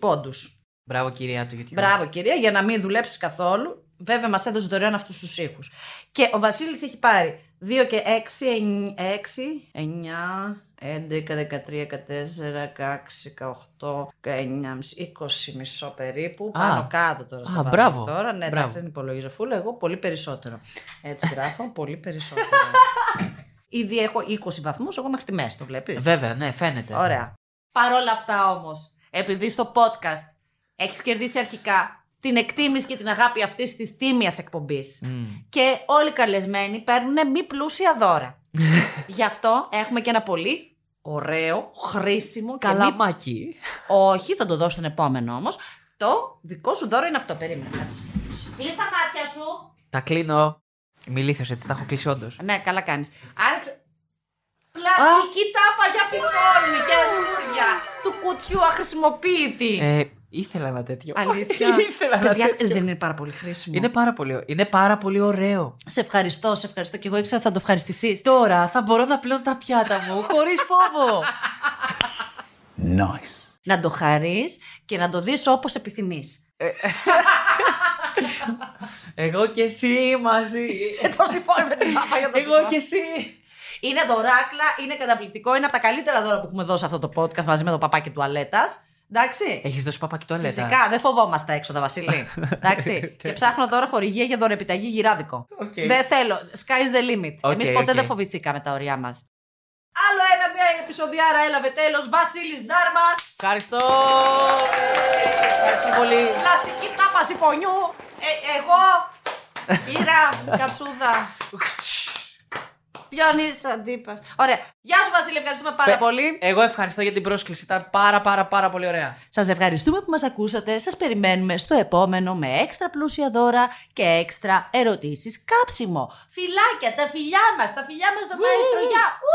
A: πόντους.
B: Μπράβο, κυρία του YouTube.
A: Μπράβο, κυρία, για να μην δουλέψεις καθόλου. Βέβαια, μας έδωσε δωρεάν αυτούς τους ήχους. Και ο Βασίλης έχει πάρει 2 και 6, 6, 9, 11, 13, 14, 16, 18, 19, 20 μισό περίπου.
B: Α.
A: Πάνω κάτω τώρα στα
B: Α,
A: βάζω
B: μπράβο.
A: Τώρα, ναι,
B: Μπράβο.
A: εντάξει, δεν υπολογίζω φούλα. Εγώ πολύ περισσότερο. Έτσι γράφω, πολύ περισσότερο. Ήδη έχω 20 βαθμούς, εγώ μέχρι τη μέση το βλέπεις.
B: Βέβαια, ναι, φαίνεται.
A: Ωραία. Παρ' όλα αυτά όμως, επειδή στο podcast έχεις κερδίσει αρχικά την εκτίμηση και την αγάπη αυτής της τίμιας εκπομπής.
B: Μμμ.
A: Και όλοι οι καλεσμένοι παίρνουν μη πλούσια δώρα. Γι' αυτό έχουμε και ένα πολύ ωραίο, χρήσιμο και μη...
B: Καλαμάκι.
A: Όχι, θα το δώσω στον επόμενο όμως. Το δικό σου δώρο είναι αυτό. Περίμενα. να σας το δώσω. Κλείς τα μάτια σου.
B: Τα κλείνω. Μιλήθω έτσι, τα έχω κλείσει όντως.
A: Ναι, καλά κάνεις. Άρεξε. Πλαστική τάπα για συγχώρμη και ανούρια του κουτιού αχρησιμοποιητή.
B: Ε, ήθελα ένα τέτοιο.
A: Ναι. Αλήθεια.
B: ήθελα ένα
A: Παιδιά,
B: τέτοιο.
A: δεν είναι πάρα πολύ χρήσιμο.
B: Είναι πάρα, πολύ, είναι πάρα πολύ ωραίο.
A: Σε ευχαριστώ, σε ευχαριστώ και εγώ ήξερα ότι θα το ευχαριστηθείς.
B: Τώρα θα μπορώ να πλώνω τα πιάτα μου χωρίς φόβο.
A: Να το χαρείς και να το δεις όπως επιθυμείς.
B: Εγώ και εσύ μαζί.
A: Ε, το συμφώνει με την πάπα για το
B: Εγώ
A: συγχώρμη.
B: και εσύ.
A: Είναι δωράκλα, είναι καταπληκτικό. Είναι από τα καλύτερα δώρα που έχουμε δώσει αυτό το podcast μαζί με το παπάκι τουαλέτα. Εντάξει.
B: Έχεις δώσει παπάκι τουαλέτα.
A: Φυσικά, δεν φοβόμαστε έξω τα Βασίλη. Εντάξει. και ψάχνω τώρα χορηγία για δωρεπιταγή γυράδικο.
B: Ε, Οκ.
A: Δεν θέλω. Sky's the limit.
B: Οκ,
A: Εμείς ποτέ
B: οκ.
A: δεν φοβηθήκαμε τα ωριά μας. Άλλο ένα, μια επεισοδιάρα έλαβε τέλος. Βασίλης Ντάρμας,
B: Ευχαριστώ. Ευχαριστώ πολύ.
A: πλαστική τάπα συμφωνιού. Ε, εγώ πήρα κατσούδα. Διονύς αντίπας. Ωραία. Γεια σου, Βασίλη, ευχαριστούμε πάρα
B: Πε-
A: πολύ.
B: Εγώ ευχαριστώ για την πρόσκληση. Ήταν πάρα πάρα πάρα πολύ ωραία.
A: Σας ευχαριστούμε που μας ακούσατε. Σας περιμένουμε στο επόμενο με έξτρα πλούσια δώρα και έξτρα ερωτήσεις κάψιμο. Φιλάκια, τα φιλιά μας, τα φιλιά μας στο Μάριστρο. Γεια! Ου!